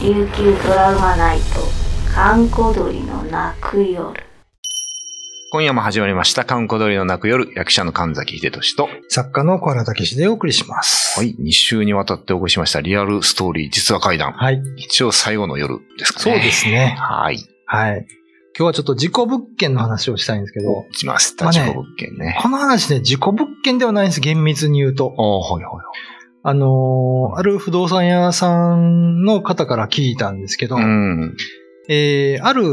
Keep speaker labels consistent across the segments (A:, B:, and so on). A: 琉球ドラマナイト観光鳥の泣く夜
B: 今夜も始まりました、観光鳥の泣く夜、役者の神崎秀俊と、
C: 作家の小原武史でお送りします。
B: はい、2週にわたってお送りしました、リアルストーリー実話怪談。
C: はい。
B: 一応最後の夜ですかね。
C: そうですね。
B: はい。
C: はい。今日はちょっと事故物件の話をしたいんですけど、
B: 来ました、
C: まあ
B: 事
C: ね
B: 故物件ね。
C: この話ね、事故物件ではないんです、厳密に言う
B: あ
C: と。
B: あ、はいはい
C: あのーある不動産屋さんの方から聞いたんですけど、
B: はい。うん。
C: えー、ある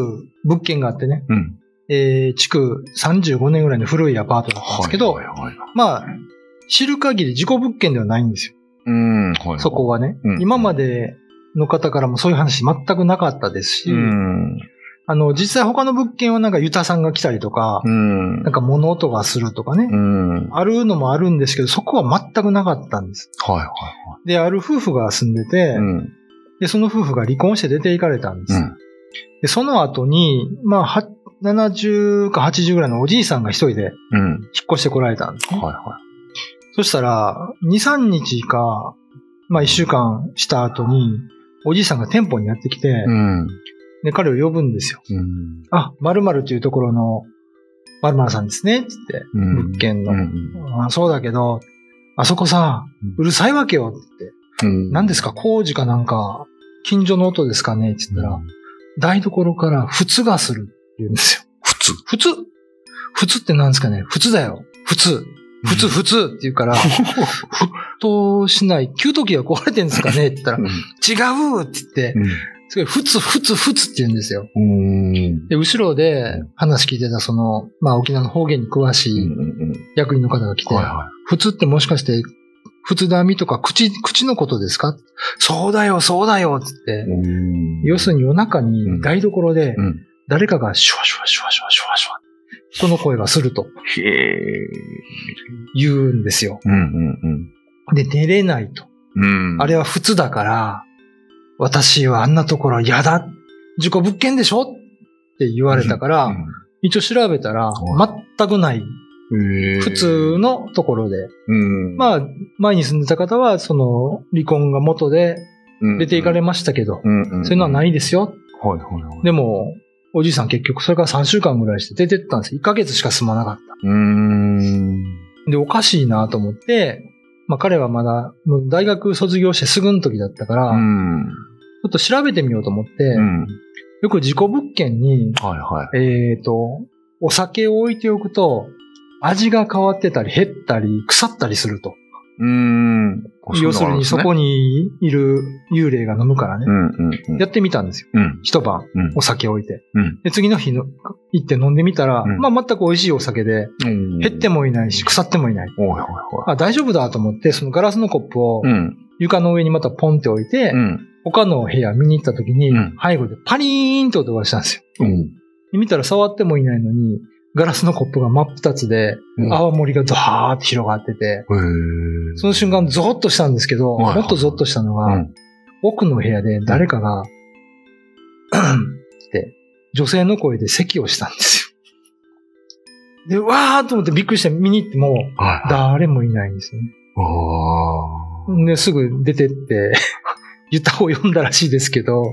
C: 物件があってね、
B: うん。
C: えー、築35年ぐらいの古いアパートだったんですけど、
B: はいはいはい
C: まあ、知る限り事故物件ではないんですよ、
B: うん、はいはい。
C: そこはね。
B: うん
C: 今までの方からもそういう話全くなかったですし、
B: うん。
C: あの、実際他の物件はなんかユタさんが来たりとか、
B: うん。
C: なんか物音がするとかね、
B: うん。はい
C: あるのもあるんですけど、そこは全くなかったんです。
B: はい
C: で、ある夫婦が住んでて、
B: はい。うん。
C: で、その夫婦が離婚して出て行かれたんで
B: う
C: す。
B: ん。
C: で、その後に、まあ、は70か80ぐらいのおじいさんが一人で
B: うん。
C: 引っ越してこられたんですね、
B: はいは
C: そしたら、2、3日か、まあ1週間した後に、おじいさんが店舗にやってきて、
B: い。うん。
C: で、彼を呼ぶんですよ。
B: うん。
C: あ、〇〇というところの、〇〇さんですね、つって。
B: うん
C: 物件の
B: うん
C: あそうだけど、あそこさ
B: うん、
C: うるさいわけよって。
B: うん
C: 何ですか工事かなんか、近所の音ですかねって言ったら、台所から仏がするって言うんですよ。
B: 普通。
C: 仏仏って何ですかね仏だよ。仏。
B: う
C: 仏、
B: ん
C: 仏って言う から、沸騰しない、給湯器が壊れてんですかねって言ったら、違うって言って、すごい、仏、仏、仏って言うんですよ。
B: うん。うん。
C: で、後ろで話聞いてた、その、まあ、沖縄の方言に詳し
B: うん
C: い
B: うんうん
C: 役員の方が来て、
B: はいは
C: 普通ってもしかして、普通だみとか口、口のことですかそうだよ、そうだよっつって
B: い。。うん
C: 要する
B: に、
C: に夜中に台所で
B: うん。
C: 誰かがシュワシュワシュワシュワシュワシュワ。人の声がすると
B: へえ。
C: 言うんですよ。
B: うんうん
C: で、寝れないと。
B: うん。うん。
C: あれは普通だから、私はあんなところ嫌だ。事故物件でしょって言われたか
B: う
C: ら、
B: ん
C: 一応調べたら
B: は、
C: 全くない。
B: へえ
C: 普通のところで。
B: うん。
C: まあ、前に住んでた方は、その、離婚が元で
B: うん、
C: 出て行かれましたけど、
B: うんうん。。
C: そういうのはないいですよ。
B: はいはいはい。
C: でも、おじいさん結局それから3週間ぐらいして出てったんです。1ヶ月しか住まなかっ
B: うーん。
C: た。で、おかしいなと思って、まあ彼はまだ、もう大学卒業してすぐの時だったから、
B: う
C: ち
B: ん。
C: ょっと調べてみようと思って、
B: うん。
C: よく事故物件に、
B: はいはい。
C: えっ、と、お酒を置いておくと、味が変わってたり、減ったり、腐ったりすると。
B: うーん。
C: 要するにそこ
B: に。
C: にいる幽霊が飲むからね。
B: うんうんうん。
C: やってみたんですよ。
B: うん。
C: 一晩、
B: うん
C: お酒置いて。
B: うん
C: で、次の日の、行って飲んでみたら、
B: うん
C: まあ全く美味しいお酒で、
B: うん。
C: 減って
B: も。
C: もいないし、腐ってもいない。
B: おいおいお
C: あ、大丈夫だと思って、そのガラスのコップを
B: い。うん。
C: 床の上にまたポンって置いて、
B: うん。
C: 他の部屋見に行った時に
B: うん、
C: 背後でパリーンと音がしたんですよ。
B: うん。
C: で見たら触ってもいないのに、ガラスのコップが真っ二つで
B: う、ん
C: 泡盛がドハーって広がってて、
B: へえ。
C: その瞬間ゾッとしたんですけど、
B: はいはい
C: もっとゾッとしたの
B: う
C: が
B: ん、
C: 奥の部屋で誰かが、 って、女性の声で咳をしたんですよ。で、わーっと思ってびっくりして見に行っても、
B: はいはい。
C: 誰もいないんですよね。
B: あー
C: で、すぐ出てって、 ユタを読んだらしいですけど、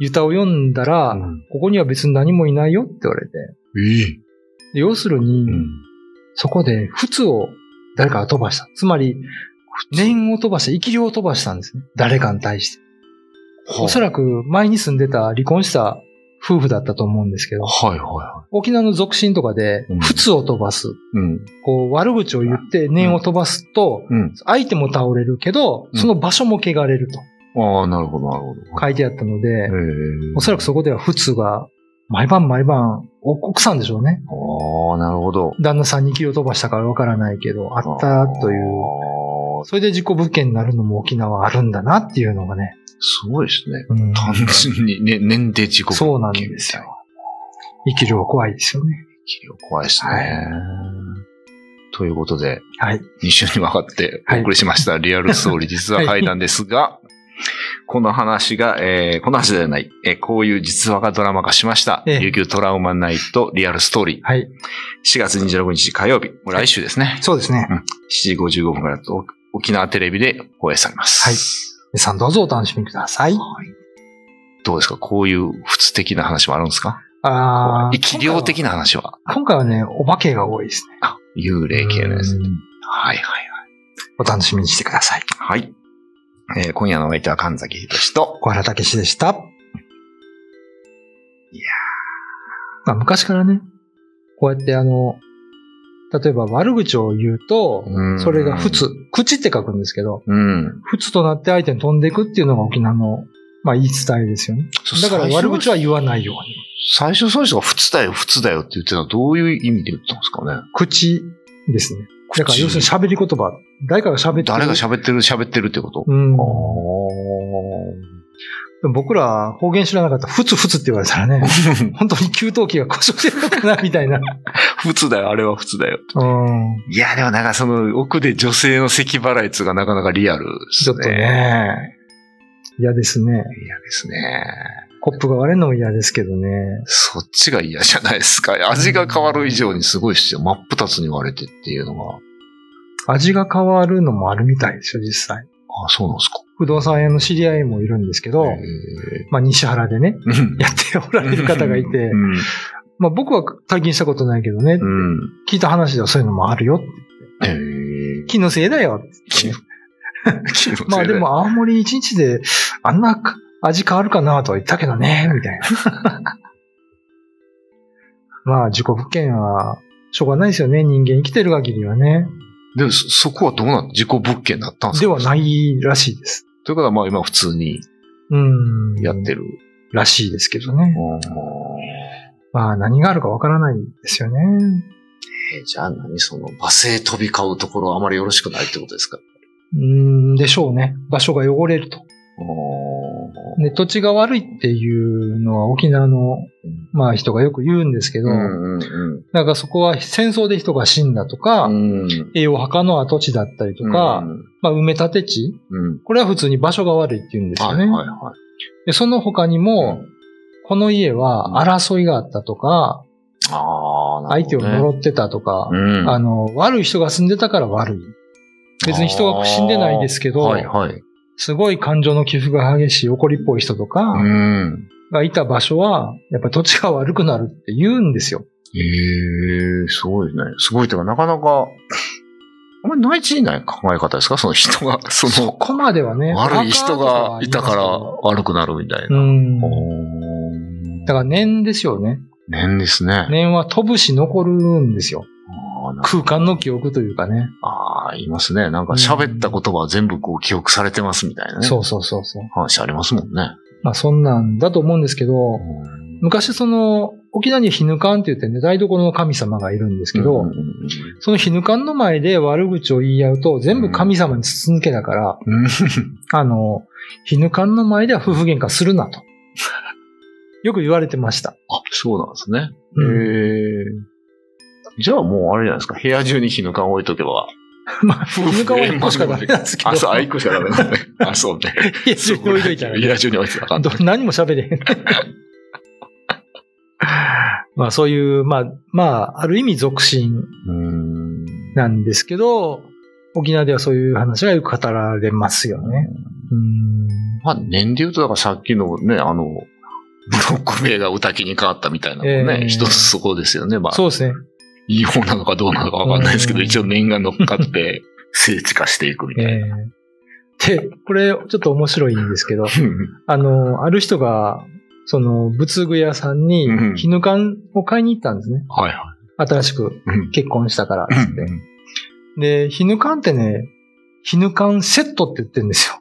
C: ユタを読んだら、
B: うん
C: ここには別に何もいないよって言われて。
B: ええ。
C: で要するに、
B: うん。
C: そこで、靴を誰かが飛ばした。つまり、念を飛ばした、生き量を飛ばしたんですね。誰かに対して。おそ
B: ら
C: らく、前に住んでた、離婚した夫婦だったと思うんですけど、
B: はいはいは
C: 沖縄の俗信とかで
B: うん、
C: 靴を飛ばす。
B: い。うん。
C: こう、悪口を言って念を飛ばすと、
B: うん。
C: 相手も倒れるけど、
B: うん
C: その場所も汚れると。
B: ああ、なるほどなるほど。
C: 書
B: い。
C: いてあったので、お
B: お
C: そらくそこでは普通が、毎晩毎晩、お奥さんでしょうね。
B: ああ、なるほど。
C: 旦那さんに気を飛ばしたからわからないけど、あったという。
B: ああ、
C: それで事故物件になるのも沖縄あるんだなっていうのがね。
B: すごいですね。
C: うん、
B: 単純に、ね、年齢時刻。
C: そうなんですよ。生きるは怖いですよね。
B: 企業怖いですね。
C: はい
B: ということで、
C: はい。
B: 2週にわたってお
C: はい
B: 送りしました、リアルストー リー実話会談ですが、この話が、えーこの話ではない、えーこういう実話がドラマ化しました、
C: ええ
B: 琉球トラウマナイトリアルストーリー、
C: はい。
B: 4月26日火曜日、もう来週ですね、
C: そうですね。
B: 7時55分からと沖縄テレビで放映されます。
C: はい皆さんどうぞお楽しみください。
B: どうですかこういう普通的な話もあるんですか
C: あー
B: 力量的な話は。
C: 今回はね、お化けが多いですね。
B: あ、幽霊系のやつ
C: う。ん
B: はいはい
C: お楽しみにしてください。
B: はい。はい。えー今夜のお相手は神崎仁と、
C: 小原武史でした。いや
B: いや
C: まあ、昔からね、こうやってあの、例えば悪口を言うと、
B: うん
C: それが普通、口って書くんですけど、
B: うん。
C: 普通となって相手に飛んでいくっていうのが沖縄の、まあ、言い伝えですよね。だから悪口は言わないように。
B: 最初そういう人が普通だよ、普通だよって言ってたのはどういう意味で言ってたんですかね
C: 口ですね。だから
B: 口
C: 要するに喋り言葉。誰かが喋ってる。
B: 誰が喋ってる、喋ってるってこと、
C: うん。
B: あ
C: でも僕ら方言知らなかったら、ふつふつって言われたらね、
B: ー
C: 本当に給湯器が故障してるのかな、みたいな。
B: 普通だよ、あれは普通だよ。
C: うん。
B: いや、でもなんかその奥で女性の咳払いっつうがなかなかリアルですね。
C: ちょっとね、嫌ですね。
B: 嫌ですね。
C: コップが割れるのも嫌ですけどね。
B: そっちが嫌じゃないですか。味が変わる以上にすごいっすよ。真っ二つに割れてっていうのが。
C: 味が変わるのもあるみたいですよ、実際。
B: あ、そうなんですか。
C: 不動産屋の知り合いもいるんですけど、
B: へ
C: まあ、西原でね、
B: ーうん
C: やっておられる方がいて、まあ、僕は体験したことないけどね、
B: うん。うん。
C: 聞いた話ではそういうのもあるよ。
B: へー
C: 気のせいだよ ってね、
B: 気のせいだよ
C: まあでも青森一日であんな味変わるかなとは言ったけどね、みたいな。 まあ事故物件はしょうがないですよね。人間生きてる限りはね。
B: でもそ、そこはどうなの事故物件だったんですか。
C: ではいないらしいです。
B: ということは、まあ今普通に
C: うん。
B: やってる。
C: らしいですけどね。
B: うん
C: まあ何があるかわからないですよね。
B: えじゃあ何その、罵声飛び交うところはあまりよろしくないってことですか
C: うん、でしょうね。場所が汚れると。
B: お
C: で、土地が悪いっていうのは沖縄の、まあ人がよく言うんですけど、
B: うんうんうん
C: なんかそこは戦争で人が死んだとか、
B: うん。
C: 栄養墓の跡地だったりとか、まあ埋め立て地、
B: うん、うん。
C: これは普通に場所が悪いって言うんですよ
B: は
C: ね。
B: いはいはい。
C: でその他にも、この家は争いがあったとか、
B: ああ、なる
C: 相
B: ほ
C: 手
B: ど
C: を
B: ね
C: 呪ってたとか、
B: うん
C: あの、悪い人が住んでたから悪い。別に人が死んでないですけど、
B: はいはい。
C: すごい感情の起伏が激しい怒りっぽい人とか
B: うん。
C: がいた場所は、やっぱり土地が悪くなるって言うんですよ。
B: ええー、すごいですね。すごいというか、なかなか、あんまり内地にない考え方ですかその人が、 そ
C: そ
B: の、
C: こまではね。
B: 悪い人がいたから
C: う
B: 悪くなるみたいな。
C: ん。
B: おー
C: だから念ですよね。
B: 念ですね。
C: 念は飛ぶし残るんですよ。
B: あーなんか
C: 空間の記憶というかね。
B: あー、言いますね。なんか喋った言葉は全部こう記憶されてますみたいなね。
C: そうそうそうそう。
B: 話ありますもんね。
C: まあそんなんだと思うんですけど、昔その、沖縄にヒヌカンって言ってね、台所の神様がいるんですけど、
B: うんうん
C: そのヒヌカンの前で悪口を言い合うと、全部神様に筒抜けだから、
B: うんうん
C: あの、ヒヌカンの前では夫婦喧嘩するなと。よく言われてました。
B: あ、そうなんですね。
C: うん
B: へえ。じゃあもうあれじゃないですか。部屋中に火の缶置いとけば。
C: まあ、ヒヌカンは一個しかダメなんですけ ど。
B: あ、そう、あ、一個しかダメ なんだね。あ、そうね。
C: いや、それ置いといたら
B: 部
C: ね、
B: 屋中に置いてたらあかんね
C: ど何も喋れへん。まあそういう、まあ、まあ、ある意味俗心
B: うん。
C: なんですけど、沖縄ではそういう話がよく語られますよね。うん。
B: まあ、年で言うと、だからさっきのね、あの、ブロック名が歌きに変わったみたいなのもね、
C: ええ
B: 一つそこですよね。まあ、
C: そうですね。
B: いい方なのかどうなのかわかんないですけど、
C: うん
B: 一応念が乗っかって、聖地化していくみた
C: え
B: いな。
C: えで、これ、ちょっと面白いんですけど、 あの、ある人が、その、仏具屋さんに
B: うん、
C: 絹ぬ缶を買いに行ったんですね。
B: はいは
C: 新しく
B: い。うん
C: 結婚したから、つって。で、絹ぬ缶ってね、絹ぬ缶セットって言ってるんですよ。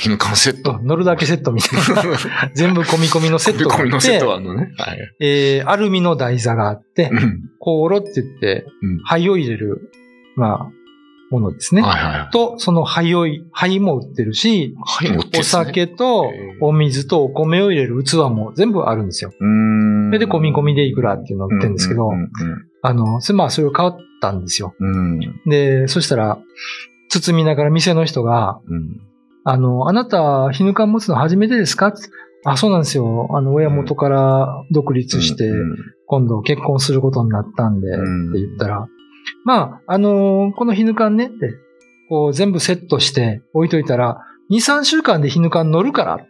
B: 日の缶セット。
C: 乗るだけセットみたい な。全部込み込みのセットがあって
B: コミのセットはあのね。はい。
C: えーアルミの台座があって、香炉って言って
B: うん、
C: 灰を入れる、まあ、ものですね。
B: はいはい。
C: と、その灰をい、灰も売ってるし、
B: はい、持って
C: お酒と
B: へー
C: お水とお米を入れる器も全部あるんですよ。
B: うん。
C: それで込み込みでいくらっていうのを売ってるんですけど
B: う、ん
C: あの、それまあそれを買ったんですよ。
B: うんうん。
C: で、そしたら、包みながら店の人が、
B: うん
C: あの、あなた、ヒヌカン持つの初めてですかってあ、そうなんですよ。あの、親元から独立して、
B: うん
C: 今度結婚することになったんで、って
B: うん
C: 言ったら、まあ、あのーこのヒヌカンねって、こう全部セットして置いといたら、2、3週間でヒヌカン乗るからって。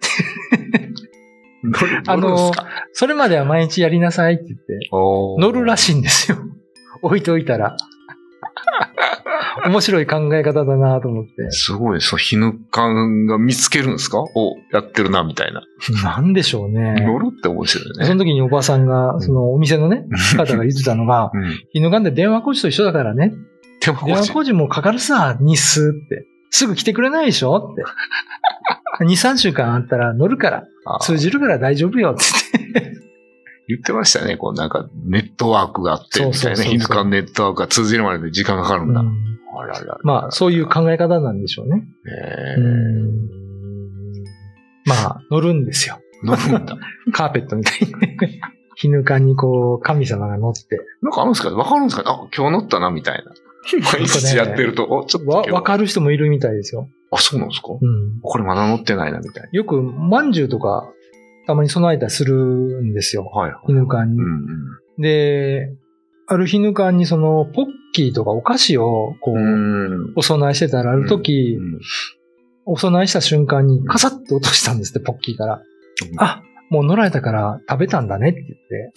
C: あの、それまでは毎日やりなさいって言って、乗るら
B: しい。
C: しいんですよ。置いとい たら。面白い考え方だなと思って。
B: すごい、そう、ヒヌカンが見つけるんですかお、やってるな、みたいな。
C: なんでしょうね。
B: 乗るって面白い
C: そ
B: ね。
C: の時におばさんが、そのお店のね、方が言ってたの が、
B: うん。
C: 犬眼で電話工事と一緒だからね。
B: 手間
C: 電
B: 越
C: 話
B: し。
C: 工事もかかるさ、日数って。すぐ来てくれないでしょって。2、3週間あったら乗るから、
B: あ
C: 通じるから大丈夫よって言って。
B: 言ってましたね。こう、なんか、ネットワークがあって、みた
C: そ
B: いうな。
C: うそそうそう
B: ヒヌカンネットワークが通じるまで時間がかかるんだ。
C: うん
B: あららら
C: まあ、そういう考え方なんでしょうね。
B: え
C: うんまあ、乗るんですよ。
B: 乗るんだ。
C: カーペットみたいに ね。ヒヌカにこう、神様が乗って。
B: なんかあるんですかわかるんですかあ、今日乗ったな、みた いな。毎日やってると、お、ちょっと
C: わ、
B: 今日。
C: わかる人もいるみたいですよ。
B: あ、そうなんですか
C: うん。
B: これまだ乗ってないな、みたい
C: よく、まんじゅうとか、たまに備えたりするんですよ。
B: な。はいはい。
C: ヒヌカに
B: う。ん
C: で、あるヒヌカにその、ポッキーとかお菓子を、こ
B: う
C: う、
B: ん。うーん。
C: お供えしてたら、ある時、
B: うん
C: お供えした瞬間に、カサッて落としたんですって、ポッキーから。あ、もう乗られたから食べたんだねって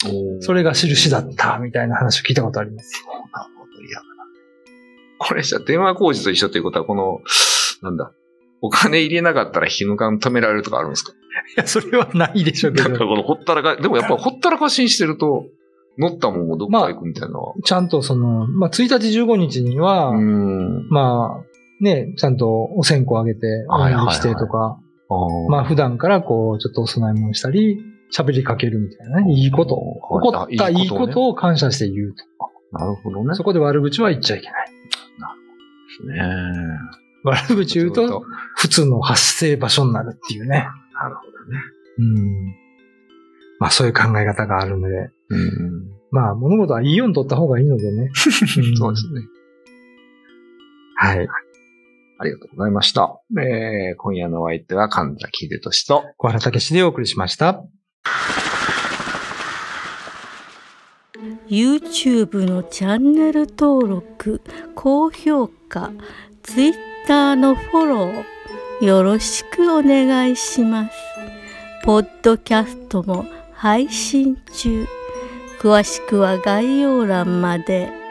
C: 言って、それが印だった、みたいな話を聞いたことあります。
B: なるほど、嫌だな。これじゃあ電話工事と一緒ということは、この、なんだ、お金入れなかったら日の間止められるとかあるんですか
C: い や、それはないでしょうけ
B: だから
C: ど、
B: このほったらか、でもやっぱほったらかしにしてると、乗ったもんをどっか行くみたいな。
C: ちゃんとその、まあ、1日15日には、
B: うーん。
C: まあ、ね、ちゃんとお線香あげて、お
B: はいはいはい
C: 参りしてと
B: あ
C: か、まあ、普段からこう、ちょっとお供え物したり、喋りかけるみたいなね、いいことを、
B: はい
C: 起こった
B: あ
C: い
B: いいことね
C: いことを感謝して言うと。
B: あ、なるほどね。
C: そこで悪口は言っちゃいけない。
B: うね。
C: 悪口言うと、、普通の発生場所になるっていうね。
B: なるほどね。
C: うん。まあ、そういう考え方があるので、
B: うん。
C: まあ、物事はいいように取った方がいいのでね。ん
B: そうですね。
C: はい。
B: ありがとうございました。えー、今夜のお相手は神崎秀俊と、
C: 小原武史でお送りしました。
D: YouTube のチャンネル登録高評価 Twitter のフォローよろしくお願いしますポッドキャストも配信中詳しくは概要欄まで。